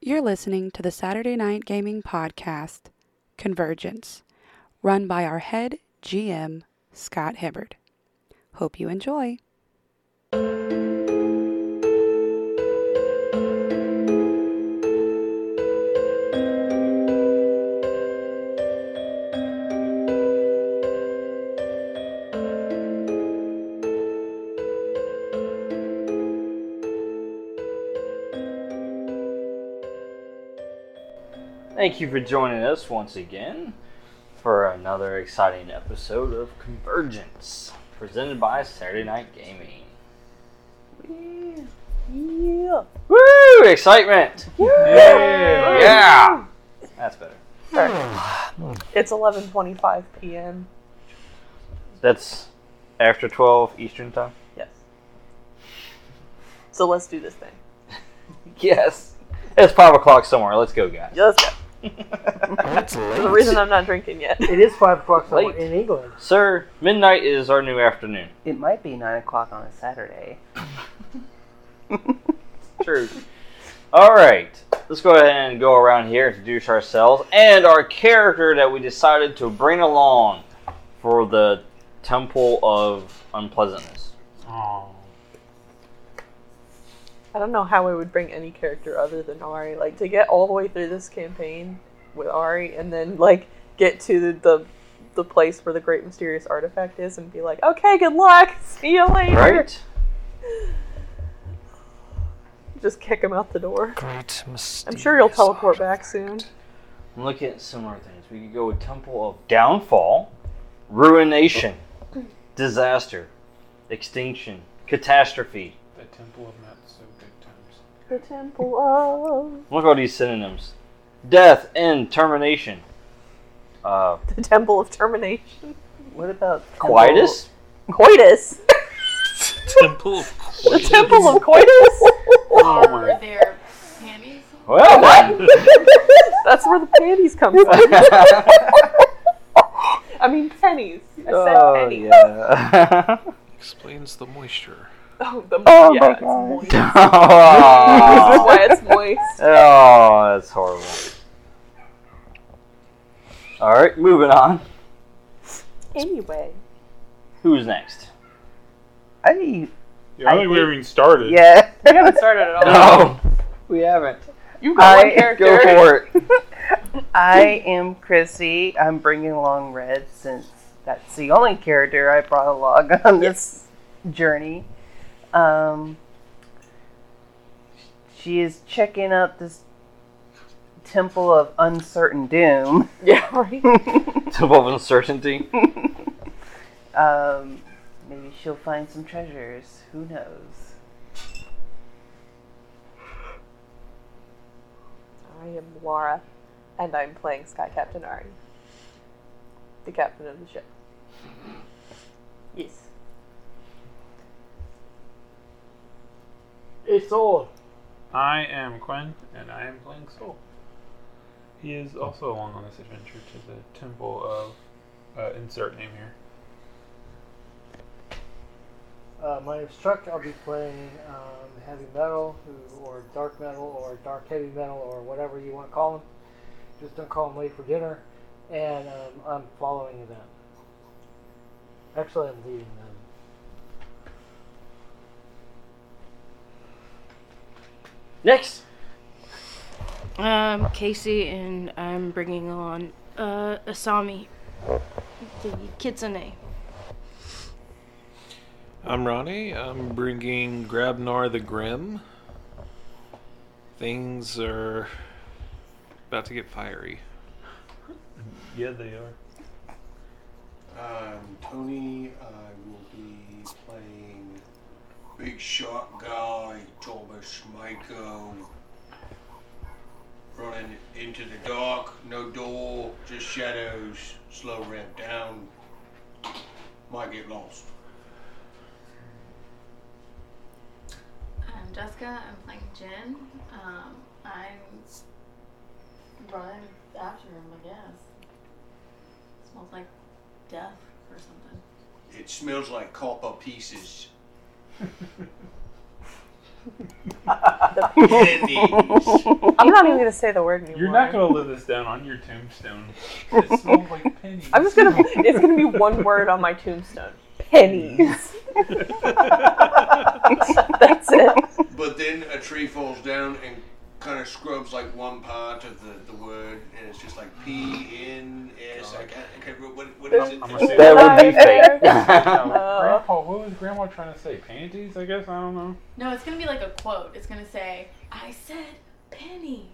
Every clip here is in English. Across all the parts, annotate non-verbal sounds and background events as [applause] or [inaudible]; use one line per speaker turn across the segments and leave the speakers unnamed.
You're listening to the Saturday Night Gaming Podcast, Convergence, run by our head GM, Scott Hibbard. Hope you enjoy.
Thank you for joining us once again for another exciting episode of Convergence, presented by Saturday Night Gaming. Yeah. Woo! Excitement!
Yeah.
Yeah! That's better.
It's 11:25 p.m.
That's after 12 Eastern Time?
Yes. So let's do this thing.
Yes. It's 5 o'clock somewhere. Let's go, guys.
Yeah, Let's go.
That's
For
late.
the reason I'm not drinking yet.
It is five o'clock somewhere
Late.
in England.
[laughs] Sir, midnight is our new afternoon.
It might be nine o'clock on a Saturday.
True. All right, let's go ahead and go around here, introduce ourselves and our character that we decided to bring along for the Temple of Unpleasantness.
[laughs] I don't know how I would bring any character other than Ari. Like to get all the way through this campaign with Ari, and then like get to the the, the place where the great mysterious artifact is, and be like, okay, good luck. See you later.
Right?
Just kick him out the door.
Great mistake.
I'm sure you'll teleport back soon.
I'm looking at similar things. We could go with Temple of Downfall, Ruination, Disaster, Extinction, Catastrophe.
The Temple of Not So Good Times.
The temple of [laughs]
Look at all these synonyms Death, End, Termination. Uh,
the temple of termination.
What about Temple-
coitus?
Coitus.
Temple of
The temple of coitus.
Oh
[laughs]
my.
their panties.
Well, [laughs] done.
That's where the panties come from. I mean pennies. I said
Oh,
pennies.
[laughs] yeah.
Explains the moisture.
Oh, the,
Oh
yeah,
my
it's
God.
moist. This is
oh,
why it's
[laughs]
moist.
Oh, that's horrible. All right, moving on.
Anyway,
Who's next?
I
Yeah, I,
I
think we haven't even started.
yeah. [laughs]
we haven't started at all.
[laughs] No, we haven't.
You've got one
I,
character.
Oh, Go for it. [laughs]
I am Chrissy. I'm bringing along Red since that's the only character I brought along on this journey. Um, she is checking out this temple of uncertain doom. [laughs]
Yeah, [laughs] right.
Temple of uncertainty.
[laughs] um, maybe she'll find some treasures. Who knows?
I am Laura, and I'm playing Sky Captain Ari, the captain of the ship. Yes.
It's all.
I am Quinn, and I am playing Soul. He is also along on this adventure to the Temple of. Uh, insert name here.
Uh, my name's Chuck. I'll be playing um, heavy metal, who- or dark metal, or dark heavy metal, or whatever you want to call them. Just don't call them late for dinner. And um, I'm following them. Actually, I'm leading them.
Next.
Um, Casey and I'm bringing on uh, Asami, the kitsune.
I'm Ronnie. I'm bringing Grabnar the Grim. Things are about to get fiery.
Yeah, they are.
I'm Um, Tony. I will be playing Big Shot Guy Thomas Miko. Running into the dark, no door, just shadows. Slow ramp down. Might get lost.
I'm Jessica. I'm playing Jen. Um, I'm running after him, I guess. Smells like death or something.
[laughs]
It smells like copper pieces.
I'm not even gonna say the word anymore.
You're not gonna live this down on your tombstone. It smells like pennies.
I'm just
[laughs]
gonna. [laughs] It's gonna be one word on my tombstone. Pennies. [laughs] That's it.
But then a tree falls down and kind of scrubs like one part of the, the word, and it's just like P N S. I can't. I can't remember what, what is it?
I'm gonna say
That would be fake.
Uh.
Now, Grandpa, what was Grandma trying to say? Panties? I guess I don't know.
No, it's gonna be like a quote. It's gonna say, "I said pennies."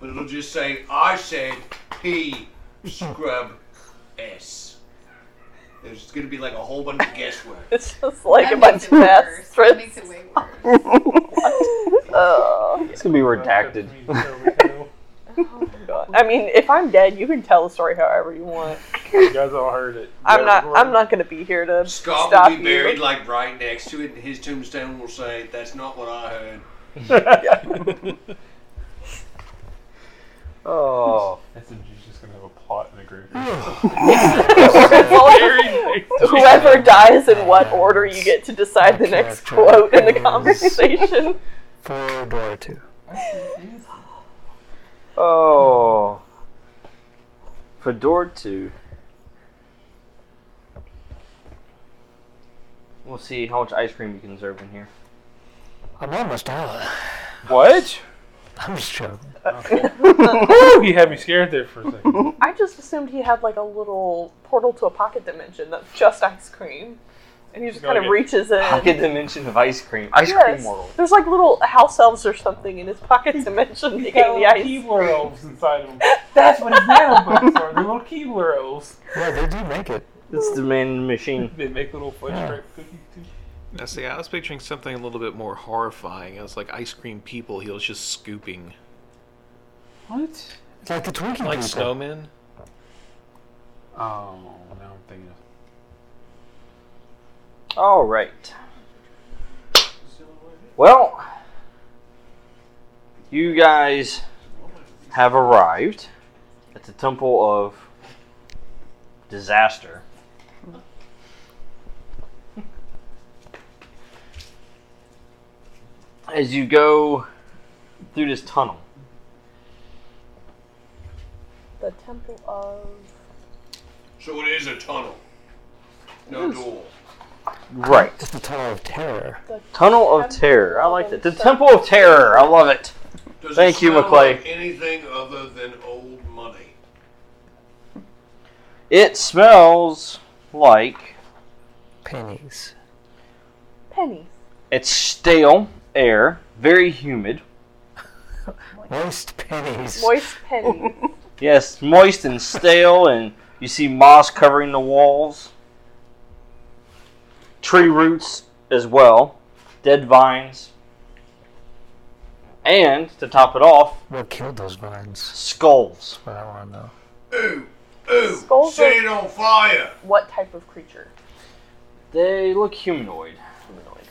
But it'll just say I said P scrub S. There's gonna be like a whole bunch of guesswork.
[laughs] It's just like a
That
bunch
makes
of
it
math
worse. That
strips.
makes it way worse.
Oh,
[laughs]
[laughs]
It's gonna be redacted.
God. I mean, if I'm dead, you can tell the story however you want.
You guys all heard it.
I'm
Yeah,
not.
we're-
I'm not gonna be here to
Scott
stop
will be
you. [laughs]
buried like right next to it, and his tombstone will say, "That's not what I heard."
[laughs] Oh,
She's just gonna have a plot in the [laughs] group.
[laughs] Whoever dies in what order, you get to decide the next
Character
quote
[laughs]
in the
is-
conversation.
For Dora 2.
oh. Fedor two. We'll see how much ice cream you can serve in here.
I'm almost out.
What?
I'm just joking.
Ooh, he had me scared there for a second.
I just assumed he had like a little portal to a pocket dimension that's just ice cream, and he just
Gotta
kind of
get-
reaches in.
Pocket dimension of ice cream. Ice
Yes.
cream world.
There's like little house elves or something in
[laughs]
his pocket dimension
He
eating
got
the
little
ice.
Keebler elves inside of him. That's what his nanobots are. They're little Keebler elves.
Yeah, they do make it.
It's the man machine.
They make little fudge stripe cookies too.
Now, see, I was picturing something a little bit more horrifying. I was like ice cream people. He was just scooping,
What?
It's like the Twinkie
like
people.
snowmen.
Oh, now I'm thinking. Of...
All right. Well, you guys have arrived at the Temple of Disaster. As you go through this tunnel,
The temple of
So it is a tunnel, no door.
right?
It's the Tower of Terror.
Tunnel of Terror. I like that. The Temple of Terror. I love it.
Does it
Thank you,
smell
McClay.
Like anything other than old money.
It smells like
Pennies.
pennies.
It's stale air, very humid.
Moist pennies.
Moist
[laughs]
pennies.
Yes, moist and stale, [laughs] and you see moss covering the walls, tree roots as well, dead vines, and to top it off,
What killed those vines?
skulls.
That's what I want to know.
Ooh, ooh,
Skulls
set
are-
it on fire.
what type of creature?
They look humanoid.
Humanoid.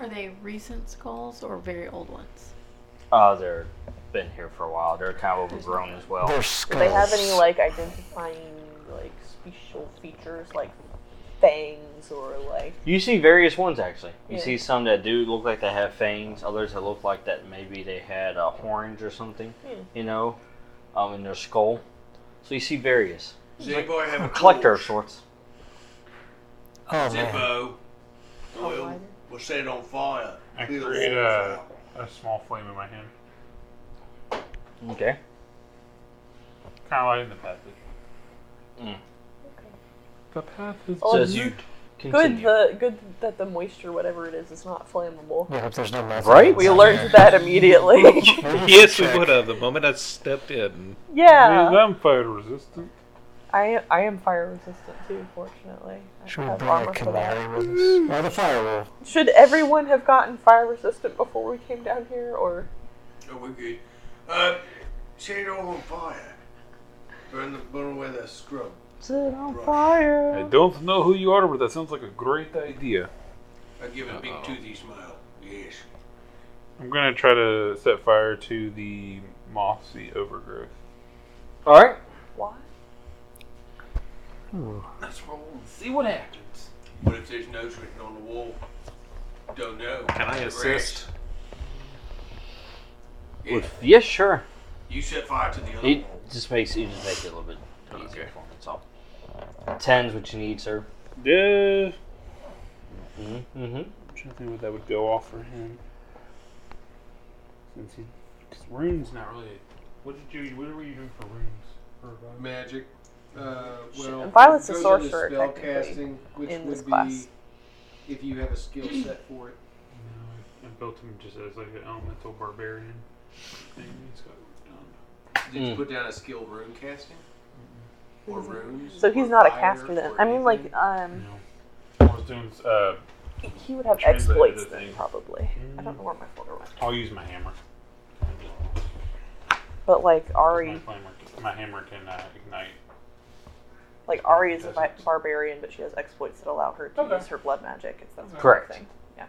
Are they recent skulls or very old ones?
Uh, they're been here for a while. They're kind of overgrown as well.
They're
Oh. Do
skulls.
they have any like identifying like special features like fangs or like
You see various ones actually. You
Yeah.
see some that do look like they have fangs, others that look like that maybe they had uh, horns or something,
Hmm.
you know, um, in their skull. So you see various.
Does anybody have a
Collector of
torch?
sorts.
Oh, man.
Zippo.
Oh,
Oil. We'll set it on fire.
I
Clear the
create
walls
a,
out.
a small flame in my hand,
Okay.
kind of lighting the passage.
Mm.
The path is
Oh,
So
Um,
as you
good
continue,
the good that the moisture whatever it is is not flammable.
Yeah, but there's no method.
Right?
We learned that
[laughs]
immediately.
Yes, we would have. The moment I stepped in,
Leave
yeah.
them fire resistant.
I I am fire resistant too, fortunately. I
Should we
have
bring a
armor for that.
canary with us? Or the firewall?
Should everyone have gotten fire resistant before we came down here or
Oh, we're good. Uh, set it all on fire. Burn the burn away that scrub.
Sit on
Brush.
fire.
I don't know who you are, but that sounds like a great idea.
I give it a big
Uh-oh.
toothy smile. Yes.
I'm gonna try to set fire to the mossy overgrowth.
all right.
Why?
That's what I want.
See what happens.
What if there's notes written on the wall? Don't know.
Can I
Rash.
assist?
With- yeah, sure.
You set fire to the other
It
one.
just makes you just make it a little bit easier for me. That's all. Ten's what you need, sir.
Yeah.
Mm-hmm. mm-hmm.
I'm trying to think what that would go off for him. Since he, because runes not really. What did you? What were you doing for runes? For about-
Magic. Uh, well,
And Violet's
it
a
goes into
sorcerer,
spell
technically,
casting, which
in
would
this class.
be if you have a skill set for it.
No, I, I built him just as like an elemental barbarian thing. He's got done.
Did
Hmm.
you put down a skill rune casting? Or runes?
So he's
Or
not a
fire?
caster then.
Or
I mean, like,
anything?
um,
I was doing. Uh,
he would have
Translate
exploits
the
then,
thing. Mm.
probably. I don't know where my folder went.
I'll use my hammer.
But like
My,
Ari,
hammer, my hammer can uh, ignite.
like Ari is a vi- barbarian, but she has exploits that allow her to use her blood magic. It's that sort of
Correct.
thing. Yeah.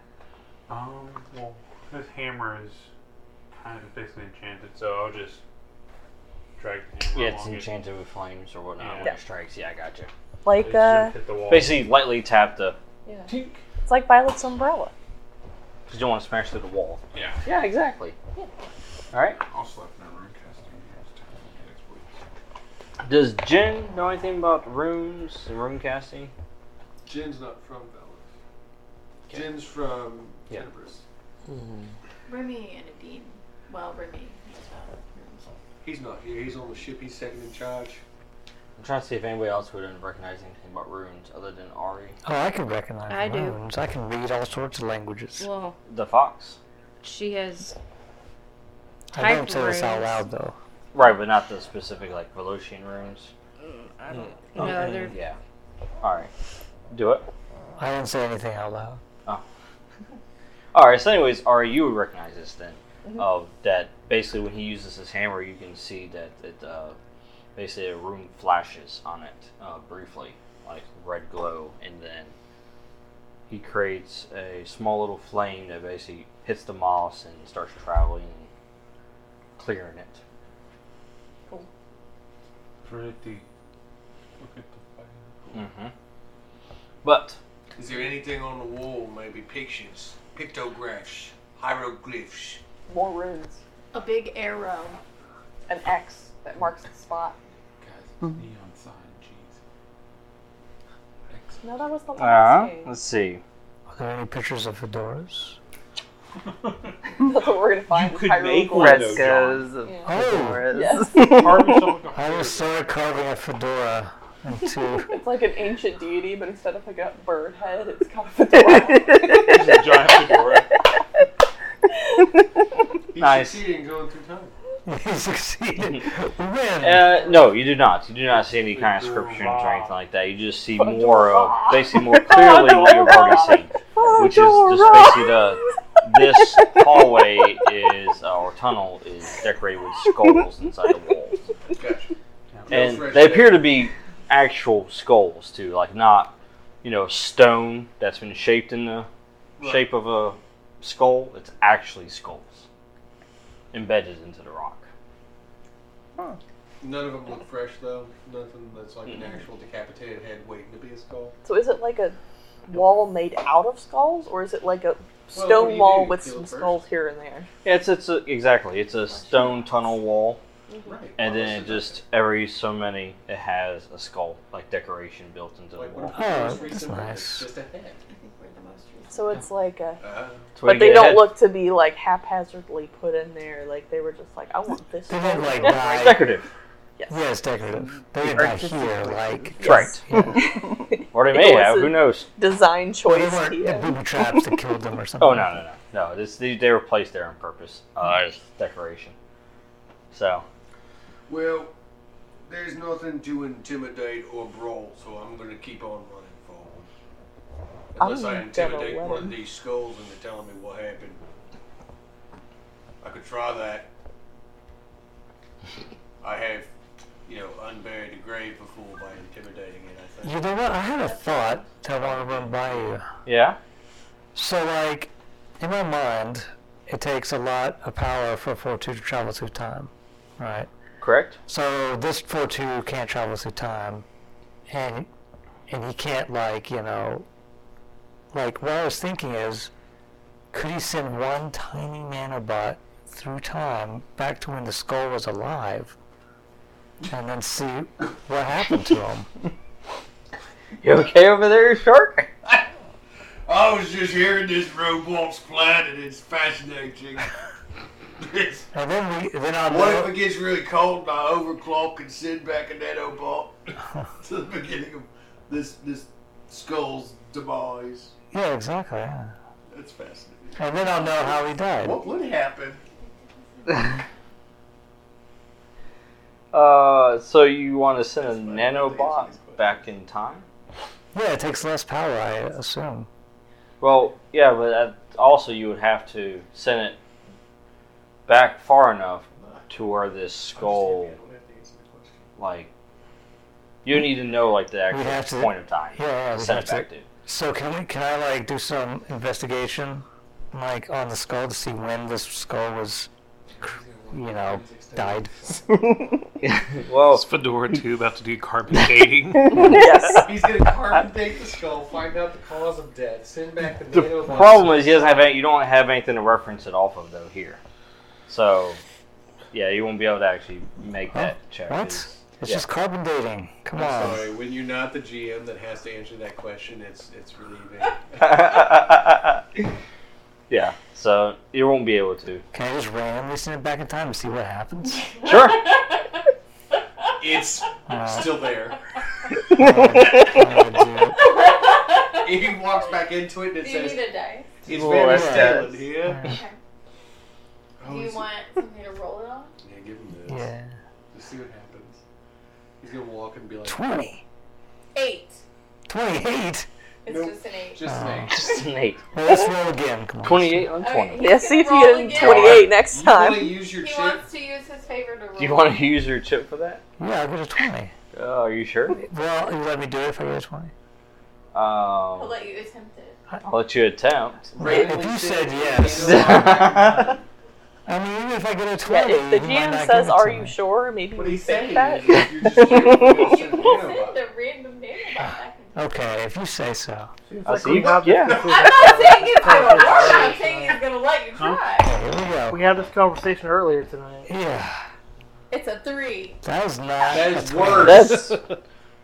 Um. Well, this hammer is kind of basically enchanted, so I'll just drag the hammer.
Yeah, it's
along it.
enchanted with flames or whatnot.
Yeah.
When
Yeah.
it strikes, yeah, I got you.
Like uh,
hit the wall.
Basically, lightly tap the.
yeah.
Tink.
it's like Violet's umbrella.
Because you don't want to smash through the wall.
Yeah.
Yeah, exactly. All right.
I'll slap my rune casting. It's time to get [laughs] exploits.
Does Jen know anything about runes and rune casting?
Jin's not from Valor. Jin's from
Yeah.
Tenebris.
Remy and Adine. Well, Remy as well.
He's not here. He's on the ship. He's second in charge.
I'm trying to see if anybody else would have recognized anything about runes other than Ari.
Oh, I can recognize
I do.
runes. I can read all sorts of languages.
Well,
The fox.
she has.
I don't
type
say this out
runes.
loud though.
Right, but not the specific, like, Velocian runes.
I
Mm.
don't. No,
Okay,
they're-
Yeah. Alright. Do it.
I don't say anything out loud.
Alright, so, anyways, Ari, you would recognize this then. Of that basically when he uses his hammer, you can see that it, uh, basically a rune flashes on it uh, briefly, like red glow, and then he creates a small little flame that basically hits the moss and starts traveling and clearing it.
Pretty. Look at the fire.
Mm-hmm. But
Is there anything on the wall? Maybe pictures, pictographs, hieroglyphs.
More runes,
A big arrow.
an X that marks the spot.
Guys,
Hmm.
Mhm.
neon sign, jeez.
No, that was the
Uh,
last game. [laughs]
let's see.
Are there any pictures of fedoras?
That's what we're gonna find.
could
Hyrule
make
Gold.
one, though,
Frescoes of
Yeah.
Oh,
fedoras.
Yes.
[laughs]
I was so carving a fedora into.
[laughs]
[laughs]
It's like an ancient deity, but instead of like a bird head, it's
[laughs]
kind of a dog. [laughs]
It's a giant fedora.
He's
Nice.
succeeding going through time.
We succeeded. We win.
Uh, no, you do not. You do not see any kind of scriptures or anything like that. You just see more of, basically more clearly what you've already seen, which is just basically the this hallway is uh, or tunnel is decorated with skulls inside the walls,
Gotcha.
and they appear to be actual skulls too, like not you know stone that's been shaped in the shape of a skull. It's actually skulls embedded into the rock.
None of them look fresh though. Nothing that's like
Hmm.
an actual decapitated head waiting to be a skull.
So is it like a wall made out of skulls, or is it like a stone
what do you
wall
do?
with
Kill
some
it first?
skulls here and there?
Yeah, it's it's a, exactly it's a stone tunnel wall,
Right.
and
Well,
then it
that's a-
just every so many it has a skull like decoration built into the
Like, what
wall.
if the most
Oh,
recent
that's
one is
nice.
Just a head.
I think we're the most recent.
So it's like a.
Uh-huh.
Uh,
That's where
But
you
they
get
don't
ahead.
look to be like haphazardly put in there. Like they were just like, I want this.
They didn't like
It's
[laughs]
die.
decorative,
Yeah, it's decorative. They didn't die here. Like
right? Or they may
It was
have.
a-
Who knows?
Design
they
choice
weren't the
here.
[laughs]
booby traps that killed them or something.
Oh no no no no! This they, they were placed there on purpose uh, as decoration. So
well, there's nothing to intimidate or brawl, so I'm gonna keep on running forward. Unless I
gonna
intimidate
let
one of
him.
these skulls into telling me what happened. I could try that. I have, you know, unburied a grave before by intimidating it. I think.
You know what? I had a thought that I want to run by you.
yeah,
So, like, in my mind, it takes a lot of power for a 4 2 to travel through time, right?
correct. [laughs]
So, this 4 2 can't travel through time, and and he can't, like, you know, like, what I was thinking is Could he send one tiny nanobot through time back to when the skull was alive and then see what happened to him?
You okay over there, Shark?
I was just hearing this robot's plan, and it's fascinating. It's-
And then we, then I'll
what if it gets really cold and I overclock and send back a
[laughs]
nanobot to the beginning of this this skull's demise?
Yeah, exactly. yeah.
That's fascinating.
And then I'll know how he died.
What would happen?
Uh, so you want to send a nanobot back in time?
Yeah, it takes less power, I assume.
Well, yeah, but that, also you would have to send it back far enough to where this skull, like, you need to know like the
We'd have
actual
to-
point of time.
Yeah, yeah,
to
we'd
send
have
it back to.
So can we? Can I like do some investigation, like on the skull to see when this skull was, cr- you know, died?
[laughs] well,
is Fedora two about to do carbon dating?
He's gonna carbon date the skull, find out the cause of death, send back the,
The
nanobot.
problem is he doesn't have any, you don't have anything to reference it off of though here, so yeah, you won't be able to actually make that check.
What?
It's-
It's
yeah. [laughs]
just carbon dating. Come
I'm
on.
sorry, when you're not the GM that has to answer that question, it's it's relieving.
yeah, so you won't be able
[laughs]
to. [laughs]
Can I just randomly send it back in time and see what happens?
Sure.
It's still
[laughs]
there. he walks back into it and it
Do you
says,
need a dice?
"It's
Boy,
very
that's-
solid here."
Okay.
[laughs]
Oh,
Do you
is it-
want something to roll it on?
Yeah, give him this.
Yeah.
Let's see what happens. He's gonna walk and be like,
20.
Eight.
28?
It's just an eight.
Just an eight.
Just an eight.
Well, let's roll again. Come on.
28 on 20.
He's
Yeah, see if
gonna
you
roll
get
again.
28 next [laughs] time.
You really use your
He
chip.
wants to use his favor to roll.
Do you want to use your chip for that?
Yeah, I got a 20.
Oh, are you sure?
Well, you let me do it if I get a 20.
[laughs] I'll
Um,
let you attempt it.
I'll let you attempt.
If you said yes.
yeah,
I mean, even if I get a 20,
Yeah, if the
you might
GM
not
says,
give it
"Are
to
you
me."
sure?" Maybe
What
we
he's
think
saying
that.
is, you're just
[laughs]
you're gonna
You
send a
can send
nanobot.
the random nanobot back in
Okay, if you say so.
I
Like,
see.
we have this
Yeah.
conversation
I'm not saying it's gonna
earlier
work. I'm
tonight.
saying it's gonna let you
Huh?
try.
Okay, here we go.
We had this conversation earlier tonight.
Yeah,
It's a three.
that was not.
That
a
is
20.
worse.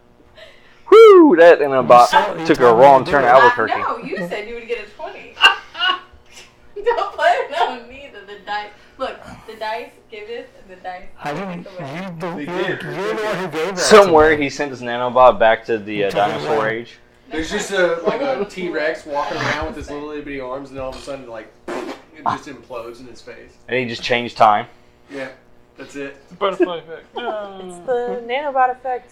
[laughs] Whoo, that and a bot took a wrong turn
Uh,
Albuquerque.
no, you said you would get a twenty. [laughs] Don't play it on me. The, the dice. Look, the dice give this, and the dice.
I didn't.
take away.
You, the,
They
you're,
did.
you're the one who gave that.
Somewhere he sent his nanobot back to the uh,
Took it
dinosaur
away.
age.
There's just a like a T Rex walking around with his little itty bitty arms, and all of a sudden, like, it just implodes in his face.
And he just changed time. [laughs]
Yeah, that's it.
The [laughs] butterfly effect. [laughs]
It's the nanobot effect.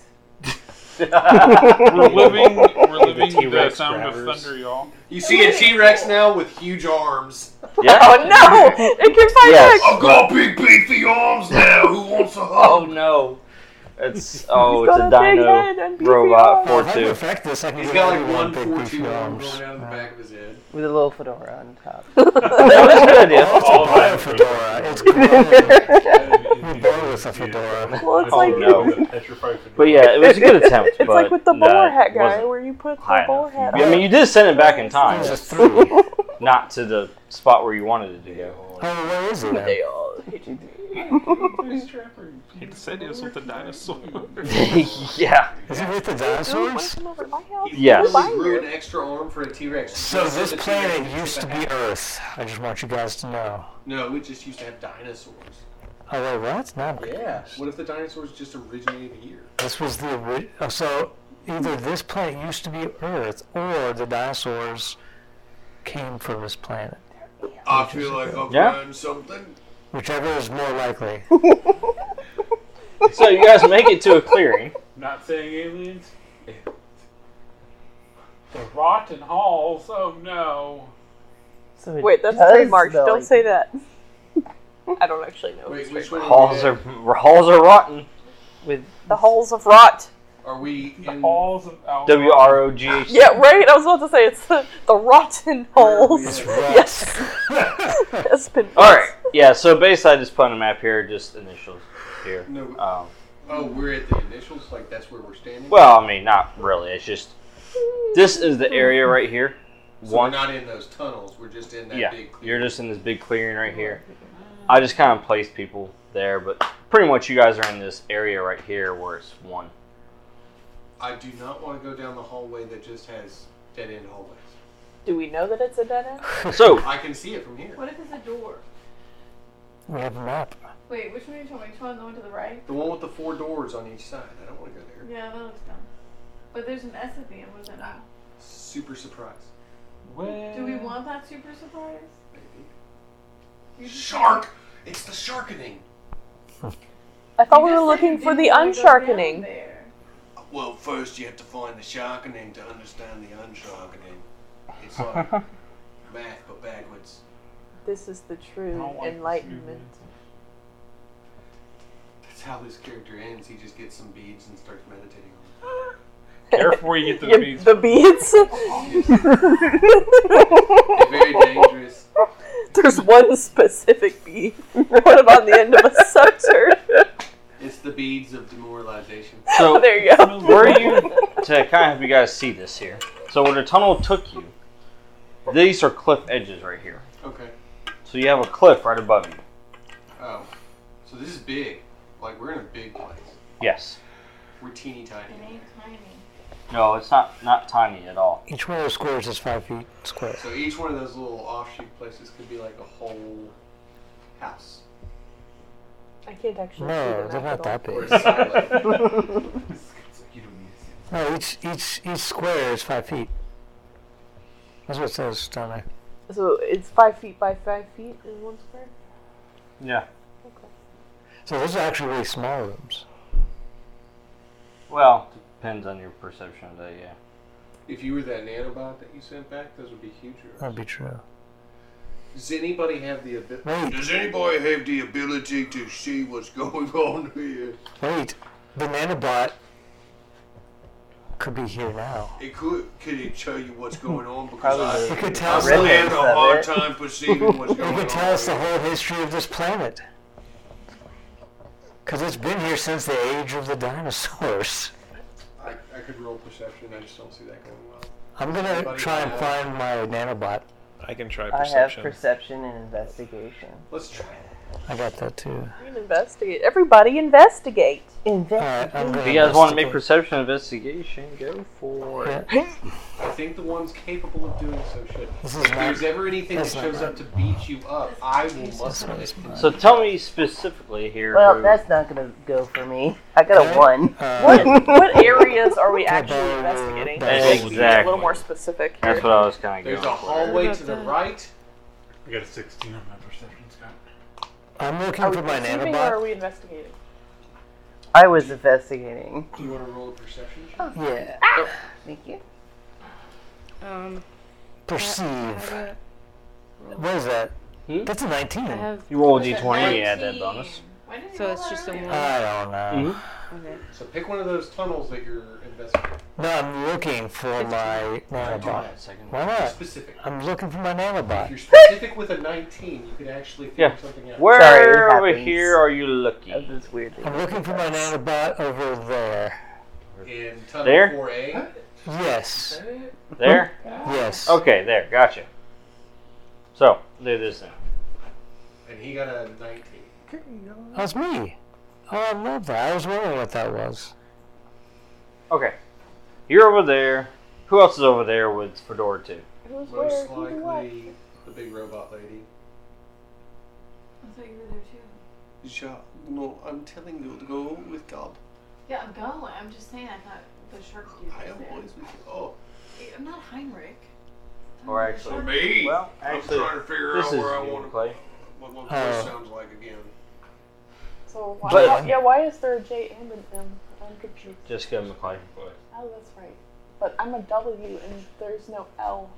We're living, we're living the,
T-Rex
sound of
grabbers.
thunder, [laughs] y'all.
You see a T Rex now with huge arms.
Yeah.
Oh no! It can fight
Yes.
back.
I've got big beefy arms now. Who wants a
Oh
hug?
no.
[laughs]
It's oh,
He's
it's a
got a big head
dino
and beefy
robot
arms.
Well,
four
if I
two.
perfect this, I can
He's
give
got like
everyone
one
big
four
beefy
two arm
arms.
going down the back of
[laughs]
his head.
with a little fedora on top.
No, [laughs] that's a good
[laughs]
idea.
It's a
Oh.
All
bio
right.
fedora. It's cool. We're born with a
[laughs]
fedora.
Well, [laughs] it's
Oh,
like
no.
Petrified fedora.
But yeah, it was a good attempt.
[laughs] it's
but
like with the
no,
bowler
it
hat guy,
wasn't
where you put
high
the bowler
enough.
hat.
I mean, you did send it back in
It was
time,
a three. Oh,
not to the spot where you wanted it to
[laughs]
go. [laughs]
where is it? then?
He's trapper. He said it was with the dinosaur. [laughs]
yeah.
Is it with the dinosaurs?
Come over to my house.
Yes.
He grew an extra arm for a T Rex.
So this planet used to be Earth. I just want you guys to know.
No, we just used to have dinosaurs.
Oh wait, what? No.
Yeah. What if the dinosaurs just originated here?
This was the ori- oh, so either this planet used to be Earth or the dinosaurs came from this planet.
I feel like I've
Yeah.
learned something.
Whichever is more likely.
So you guys make it to a clearing.
Not saying aliens. The rotten halls. Oh no.
So it
Wait, that's
does
trademarked.
smell
Don't
like-
say that. I don't actually know.
Wait,
who's
which
trademarked.
one?
Halls are halls are rotten.
with
The halls of rot.
Are we
The
in?
halls of Algol.
W R O G H.
Yeah, right. I was about to say it's the, the rotten halls.
It's
rot.
[laughs] Yes. That's been.
All right. Yeah. So basically, I just put on a map here, just initials here.
No.
Um,
Oh, we're at the initials. Like that's where we're standing.
well, I mean, not really. It's just this is the area right here.
So we're
One-
not in those tunnels. We're just in that
yeah,
big.
you're just in this big clearing right here. I just kind of placed people there, but pretty much you guys are in this area right here where it's one.
I do not want to go down the hallway that just has dead end hallways.
Do we know that it's a dead end?
So
I can see it from here.
What if it's a door?
We have a map.
Wait, which one are you talking about? You talking about the one to the right?
The one with the four doors on each side. I don't want to go there.
Yeah, that looks dumb. But there's an S at the end. What does that mean?
Super surprise.
Do
Uh,
we want that super surprise? You just-
Shark! It's the sharkening.
I thought we
You
were
just said
looking
you
for
didn't
the
wanna go down
unsharkening.
there.
Well, first you have to find the sharkening to understand the unsharkening.
[laughs]
It's like math but backwards.
This is the true enlightenment.
That's how this character ends. He just gets some beads and starts meditating on
Therefore, [laughs] you get the
Yeah,
beads.
The beads.
[laughs]
[laughs]
[laughs]
Very dangerous.
There's one specific [laughs] bead. Put it on the end of a scepter.
it. It's the beads of demoralization.
So
[laughs] there you go.
Where are you to kind of have you guys see this here? So where the tunnel took you, these are cliff edges right here.
Okay.
So you have a cliff right above you.
Oh. So this is big. Like we're in a big place.
Yes.
We're teeny tiny.
It ain't tiny.
No, it's not not tiny at all.
Each one of those squares is five feet square.
So each one of those little offshoot places could be like a whole house.
I can't actually see
No,
the
they're not
map at all.
that big.
Or a silo.
No, each each each square is five feet. That's what it says down there.
So it's five feet by five feet in one square.
Yeah.
So those are actually really small rooms.
Well, depends on your perception of that, yeah.
[laughs] If you were that nanobot that you sent back, those would be huge.
That'd be true.
Does anybody have the
Wait.
ability? Does anybody have the ability to see what's going [laughs] on here?
Wait, the nanobot could be here now.
It could. Could it tell you what's going on? Because
Probably.
I,
It could
I
tell
still
us.
have a hard
Remnants of it.
time perceiving what's
It
going on.
could tell us the whole history of this planet. Because it's been here since the age of the dinosaurs. [laughs]
I, I could roll perception. I just don't see that going well.
I'm gonna
Anybody
try and
have-
find my nanobot.
I can try
I have
perception.
perception and investigation.
Let's try.
I got that too.
You can investigate. Everybody investigate.
Alright, I'm
If
gonna
you guys want to make
investigate.
perception investigation, go for it.
I think the ones capable of doing so should.
This is
If there's
not-
ever anything that
that's not
shows
right.
up to beat you up, I will muscle it.
So tell me specifically here.
Well,
who-
that's not gonna go for me. I got
Okay,
a one.
uh,
What what areas are
[laughs]
we actually investigating?
Exactly.
Be A little more specific. Here.
That's what I was kind of
There's
going
a
for.
hallway to the right.
I got a 16 on my perception, Scott.
I'm looking
Are we
for my
perceiving or are
nanobot.
we investigating?
[laughs] I was investigating.
Do you want to roll a perception?
Oh.
Yeah.
Thank you.
Um, I
Perceive.
have
What is that?
Hmm?
That's a 19.
a, I have
You roll a d20, you add that
19.
bonus. Uh,
Why didn't you
so
roll
it's
that
just a
earlier?
one.
I don't
Mm-hmm.
know.
okay.
So pick one of those tunnels that you're investigating.
Hmm?
No, I'm looking for my nanobot. Why
You're
not?
specific.
I'm looking for my
If
nanobot.
you're specific with a 19, you could actually figure
Yeah.
something out.
Where
Sorry, it
over
happens.
here are you
That's
looking?
just weird.
I'm looking for my nanobot over there.
In tunnel
There?
4A.
Yes.
There?
Yes.
Okay, there, gotcha. So, do this then.
And he got a 19.
That's me. Oh, I love that. I was wondering what that was.
Okay. You're over there. Who else is over there with Fedora 2?
Who's where?
Most
Who do what?
likely the big robot lady.
I thought you were there too.
Ja, no, I'm telling you to go with God.
Yeah, I'm going. I'm just saying. I thought the shark dude was there.
with you. Oh,
Hey, I'm not Heinrich.
Or
I'm
actually-
shark-
me?
Well,
I'm
actually,
trying to figure
this
out
is
where I
you,
want to
Clay.
What my
Oh.
voice sounds like again.
So why?
But-
yeah, why is there a J and an M? I'm confused.
Just give him a Clay.
Oh, that's right. But I'm a W and there's no L.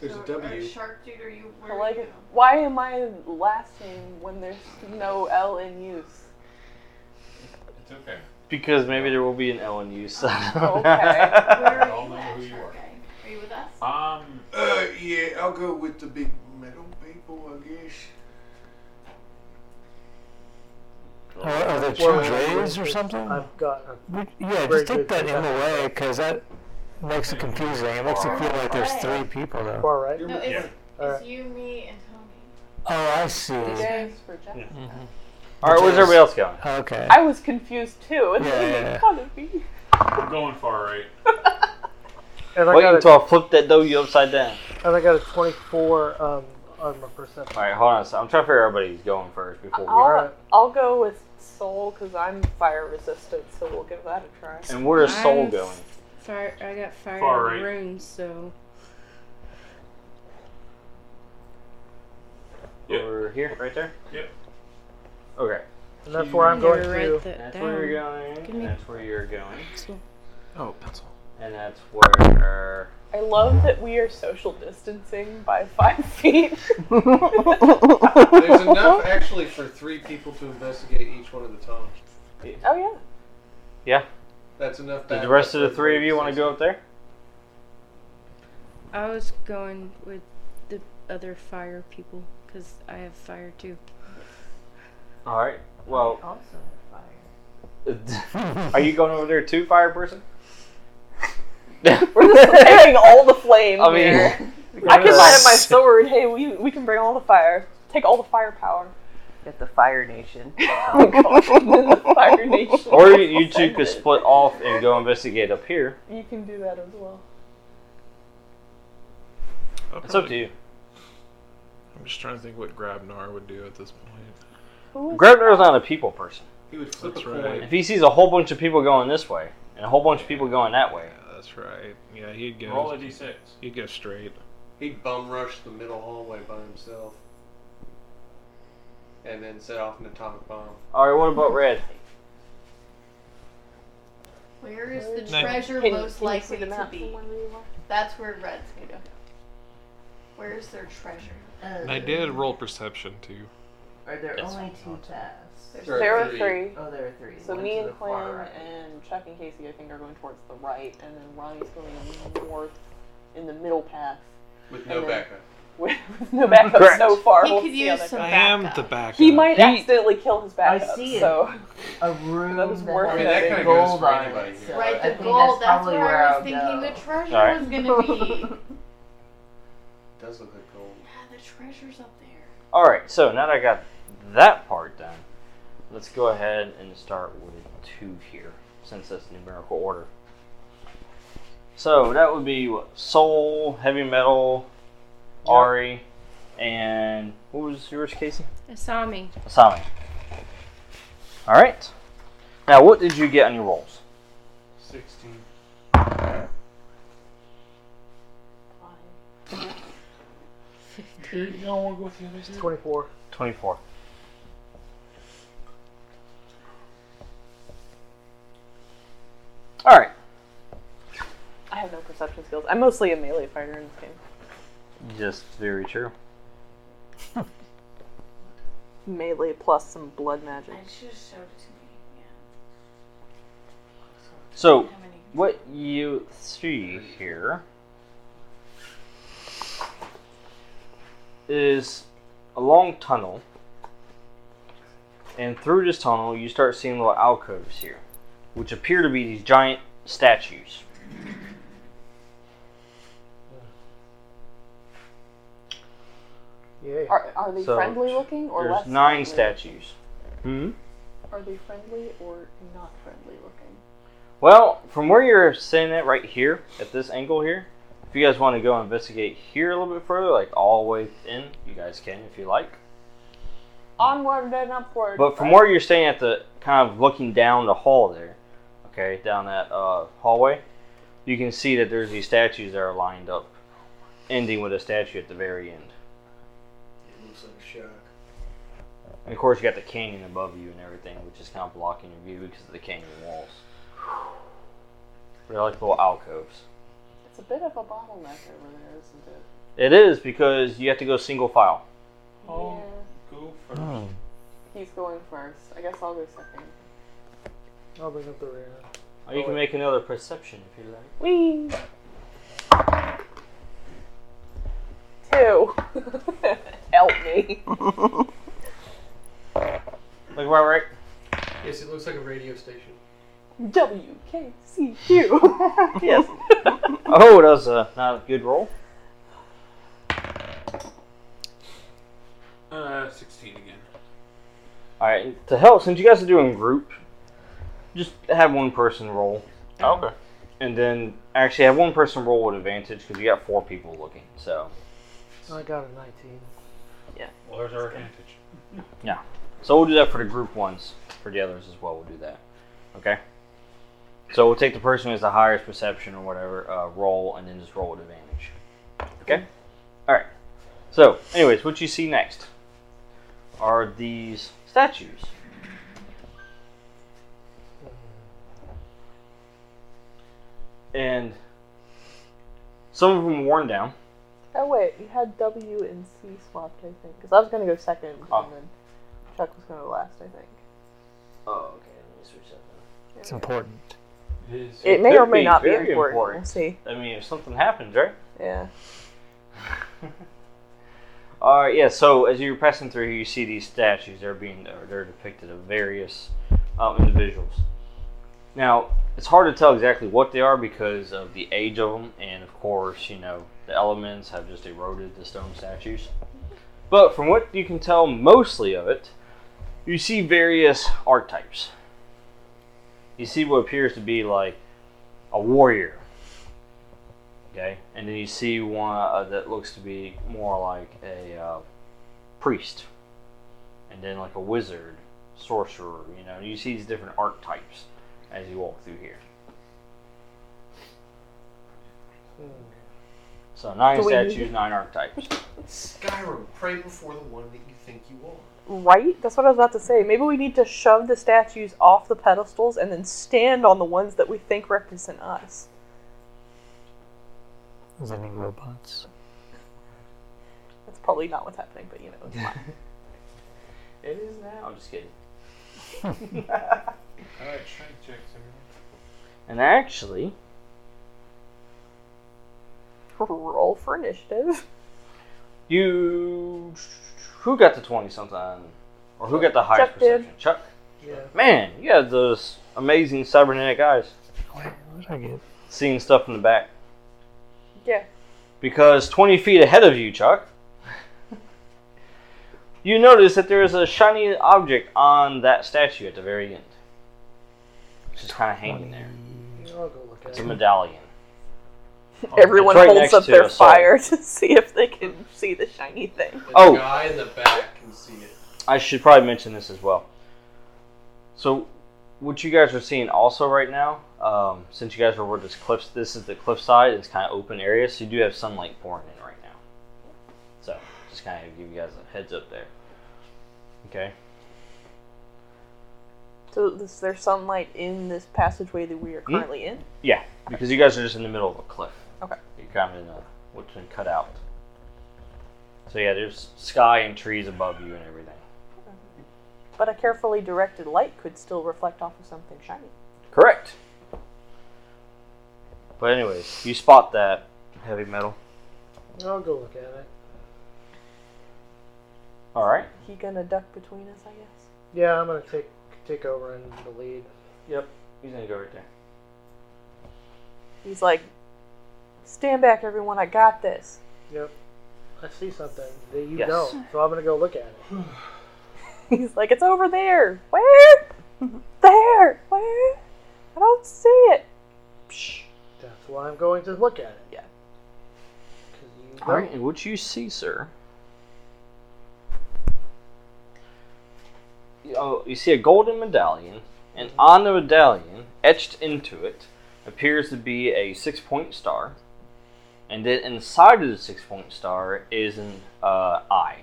There's a
so, or
W.
Shark dude, are you? Where
But,
are you?
Like, why am I last name when there's no L in use?
It's okay.
Because maybe there will be an L in use. [laughs]
Where
okay.
are
I'll
you
know
at,
who you
shark
are.
guy? Are you with us?
Um,
Uh, yeah, I'll go with the big metal people, I guess.
Or are there two
Well,
J's or something?
I've got a
We- Yeah,
Very
just take
good
that M
perception.
away because that makes it confusing. It makes it feel like there's three people there.
Four, right?
No, it's,
All
it's
right.
you, me, and Tony.
Oh, I see.
for Jeff.
All right, where's everybody else going?
Okay.
I was confused too. [laughs] And
Yeah,
then
yeah, yeah.
it kind of be-
I'm going far right.
Wait until I flip that W upside down.
And I got a 24 um, on my perception.
All right, hold on. a sec. I'm trying to figure out everybody's going first before we.
Oh,
I'll, I'll go with Soul because I'm fire resistant, so we'll give that a try.
And where is Soul
I'm
going?
Fire, I got fire
Far
in
right.
the room, so
Over here, right there.
Yep.
Okay.
And that's where I'm going
Never
to.
write that
That's where you're
down.
going.
Give me-
And that's where you're going.
Pencil.
Oh, pencil.
And that's where.
I love that we are social distancing by [laughs] five feet.
There's enough actually for three people to investigate each one of the tunnels.
Oh yeah.
Yeah.
That's enough.
Did the
backup
rest of
for
the three of you want to go up there?
I was going with the other fire people because I have fire too.
All right. Well.
[laughs]
Are you going over there too, fire
[laughs]
person?
[laughs] We're just carrying all the
[laughs]
flame.
I mean,
here. I can light up my sword. Hey, we, we can bring all the fire. Take all the firepower. [laughs]
Get the Fire Nation.
the Fire Nation.
[laughs] Or you you two could split off and go investigate up here.
You can do that as well.
It's up to you.
I'm just trying to think what Grabnar would do at this point.
Grebner is not a people person.
He would flip
That's
a
right.
coin.
If he sees a whole bunch of people going this way and a whole bunch of people going that way,
Yeah, that's right. Yeah, he'd go.
Roll a d6.
He'd go straight.
He'd bum rush the middle hallway by himself, and then set off an atomic bomb.
all right. What about red?
Where is the
Nine.
treasure
Can-
most
can you see
likely
the map
to
from
be?
wherever you are?
That's where red's gonna go. Where's their treasure?
And I did roll perception too.
um, Are there
That's
only two tabs?
There are
There are
three.
three.
Oh, there are three.
So
One
me
to
and
the far
Quinn
right.
and Chuck and Casey, I think, are going towards the right, and then Ronnie's going north in the middle path. [laughs]
With no
And then-
backup.
With, with no backup,
Correct.
no far.
He
we'll
could
see
use
how that
some
I
goes.
am
Backup.
the backup.
He might accidentally kill his backup.
see it.
So
a room
That was
that
worth
has
it. I mean,
that kinda goes
gold
for
on
anybody
it.
here.
So
Right,
I
the
think
gold.
That's,
That's,
probably
where, I
I'll
was
go.
thinking the treasure
All right.
was gonna be.
[laughs]
does look like gold.
yeah, the treasure's up there.
All right. So now that I got that part done, let's go ahead and start with two here, since that's numerical order. So that would be what, soul, heavy metal, Ari, and what was yours, Casey?
Asami.
Asami. All right. Now, what did you get on your rolls?
Sixteen.
You, you don't want to go through this.
24.
24. All right.
I have no perception skills. I'm mostly a melee fighter in this game.
Just very true.
Melee plus some blood magic.
I should have showed it to me.
So,
Yeah. How many?
what you see here is a long tunnel, and through this tunnel, you start seeing little alcoves here, which appear to be these giant statues.
Yeah.
Are, are they
So,
friendly looking or
There's
less?
nine
friendly?
statues. Hmm.
Are they friendly or not friendly looking?
Well, from where you're sitting at right here, at this angle here, if you guys want to go investigate here a little bit further, like all the way in, you guys can if you like.
Onward and upward.
But from where you're staying at the kind of looking down the hall there, okay, down that uh, hallway, you can see that there's these statues that are lined up, ending with a statue at the very end.
It looks like a shark.
And of course, you got the canyon above you and everything, which is kind of blocking your view because of the canyon walls. They're like little alcoves.
it's a bit of a bottleneck over there, isn't
It
it?
is because you have to go single file.
I'll Oh, go first.
Hmm.
Yeah. He's going first. I guess I'll go second.
I'll bring up the rear.
Or you can make another perception if you like.
Wee. Two. [laughs] Help me.
Look about right.
Yes, it looks like a radio station.
WKCQ. [laughs] yes.
Oh, that was a, not a good roll.
Uh, 16 again.
All right, to help, since you guys are doing group, just have one person roll.
Okay.
And then actually have one person roll with advantage because you got four people looking. So
I got a 19.
Yeah.
Well, there's our advantage.
yeah, so we'll do that for the group ones. For the others as well, we'll do that. Okay. So we'll take the person who has the highest perception or whatever uh, roll, and then just roll with advantage. Okay. All right. So, anyways, what you see next are these statues. And some of them worn down.
Oh wait, you had W and C swapped, I think, because I was gonna go second,
Oh.
and then Chuck was gonna go last, I think.
Oh, okay. Let me switch that
It's important.
It may
could
or may not be
very
important. We'll see.
I mean, if something happens, right?
Yeah.
All right, yeah. So as you're passing through here, you see these statues. They're being or they're depicted of various um, individuals. Now it's hard to tell exactly what they are because of the age of them, and of course, you know the elements have just eroded the stone statues. But from what you can tell, mostly of it, you see various archetypes. You see what appears to be like a warrior, okay, and then you see one uh, that looks to be more like a uh, priest, and then like a wizard, sorcerer. You know, you see these different archetypes as you walk through here. Hmm. So nine
Do we need-
statues, nine archetypes.
Skyrim, pray before the one that you think you are.
Right? That's what I was about to say. Maybe we need to shove the statues off the pedestals and then stand on the ones that we think represent us.
Is any robots?
That's probably not what's happening, but you know,
[laughs]
it's fine.
It is now. I'm just kidding.
Alright, strength checks, everyone.
And actually,
Roll for initiative.
you who got the twenty something, or who got the highest
Chuck did.
perception? Chuck.
Yeah.
Man, you got those amazing cybernetic eyes,
What did I get?
seeing stuff in the back.
[laughs] Yeah.
Because 20 feet ahead of you, Chuck, [laughs] you notice that there is a shiny object on that statue at the very end. It's just kind of hanging there.
Yeah, I'll go look
It's
at
a
it.
medallion.
Everyone
Oh, right next
holds up
to
their
a soul.
fire [laughs] to see if they can see the shiny thing.
The
Oh.
guy in the back can see it.
I should probably mention this as well. So, what you guys are seeing also right now, um, since you guys are where this cliffs, this is the cliffside. It's kind of open area, so you do have sunlight pouring in right now. So, just kind of give you guys a heads up there. Okay.
So is there sunlight in this passageway that we are
Hmm?
currently in?
Yeah, because you guys are just in the middle of a cliff.
Okay.
You're kind of in a what's been cut out. So yeah, there's sky and trees above you and everything.
But a carefully directed light could still reflect off of something shiny.
Correct. But anyways, you spot that heavy metal.
I'll go look at it.
All right.
He gonna duck between us, I guess.
Yeah, I'm gonna take take over and the lead.
Yep. He's gonna go right there.
He's like, "Stand back, everyone! I got this." [laughs]
Yep. I see something that you
Yes.
don't, so I'm gonna go look at it.
[laughs]
He's like, "It's over there. Where? [laughs] there? Where? I don't see it." Psh.
That's why I'm going to look at it.
Yeah.
'Cause you
All right.
don't.
And what you see, sir? You- Oh, you see a golden medallion, and on the medallion, etched into it, appears to be a six-point star, and then inside of the six-point star is an uh, eye,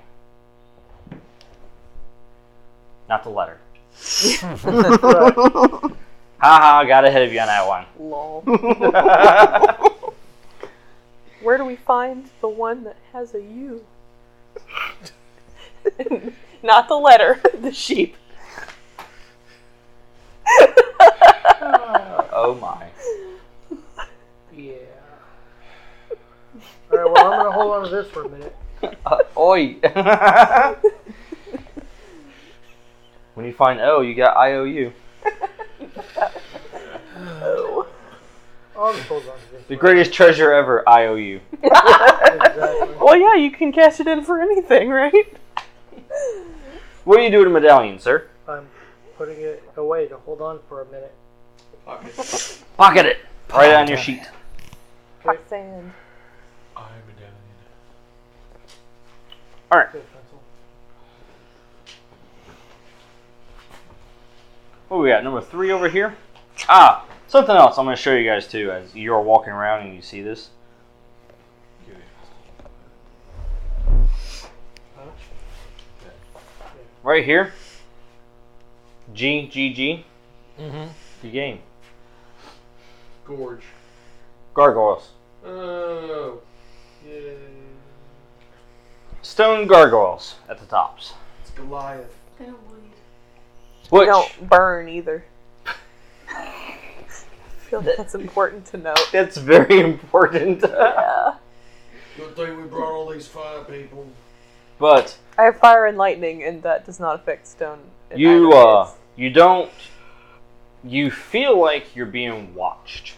not the [laughs] letter. Ha ha! Got ahead of you on that one. [laughs]
Lol. Where do we find the one that has a U? [laughs] Not the letter, [laughs] the sheep.
oh my!
Yeah. All right. Well, I'm gonna hold on to this for a minute.
Uh, [laughs] oi! when you find O, you got IOU.
all the souls on this.
The greatest treasure ever, I owe you.
well, yeah, you can cash it in for anything, right?
What are you doing to medallion, sir?
I'm putting it away to hold on for a minute.
Pocket it. Right on your sheet.
Hot sand.
Alright. What we got? Number three over here? Ah, something else I'm going to show you guys too as you're walking around and you see this. Right here. G, G, G.
Mm-hmm.
The game.
Gorge.
Gargoyles.
Oh. Yeah.
Stone gargoyles at the tops.
It's Goliath.
Which,
Don't burn [laughs] either. I feel like that's important to know.
[laughs] That's very important.
yeah.
Good thing we brought all these fire people.
But
I have fire and lightning, and that does not affect stone. in
you
either
uh
case.
you don't you feel like you're being watched.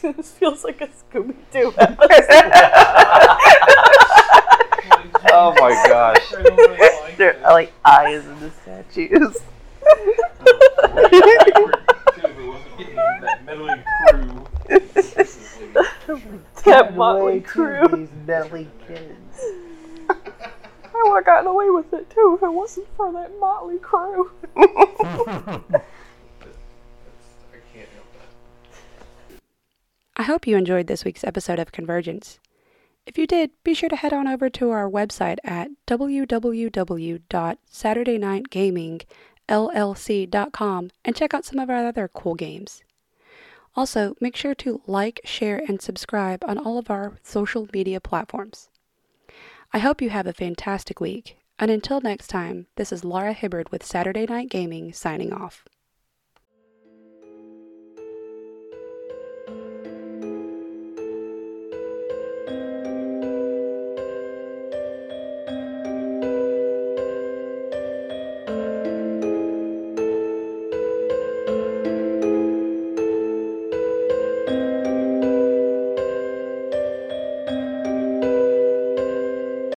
this feels like a Scooby Doo episode.
Oh my gosh. [laughs]
They're like eyes in the statues.
that meddling crew.
that motley crew.
These belly kids.
I would have gotten away with it too if it wasn't for that motley [laughs] crew.
I hope you enjoyed this week's episode of Convergence. If you did, be sure to head on over to our website at www.saturdaynightgamingllc.com and check out some of our other cool games. Also, make sure to like, share, and subscribe on all of our social media platforms. I hope you have a fantastic week, and until next time, this is Laura Hibbard with Saturday Night Gaming signing off.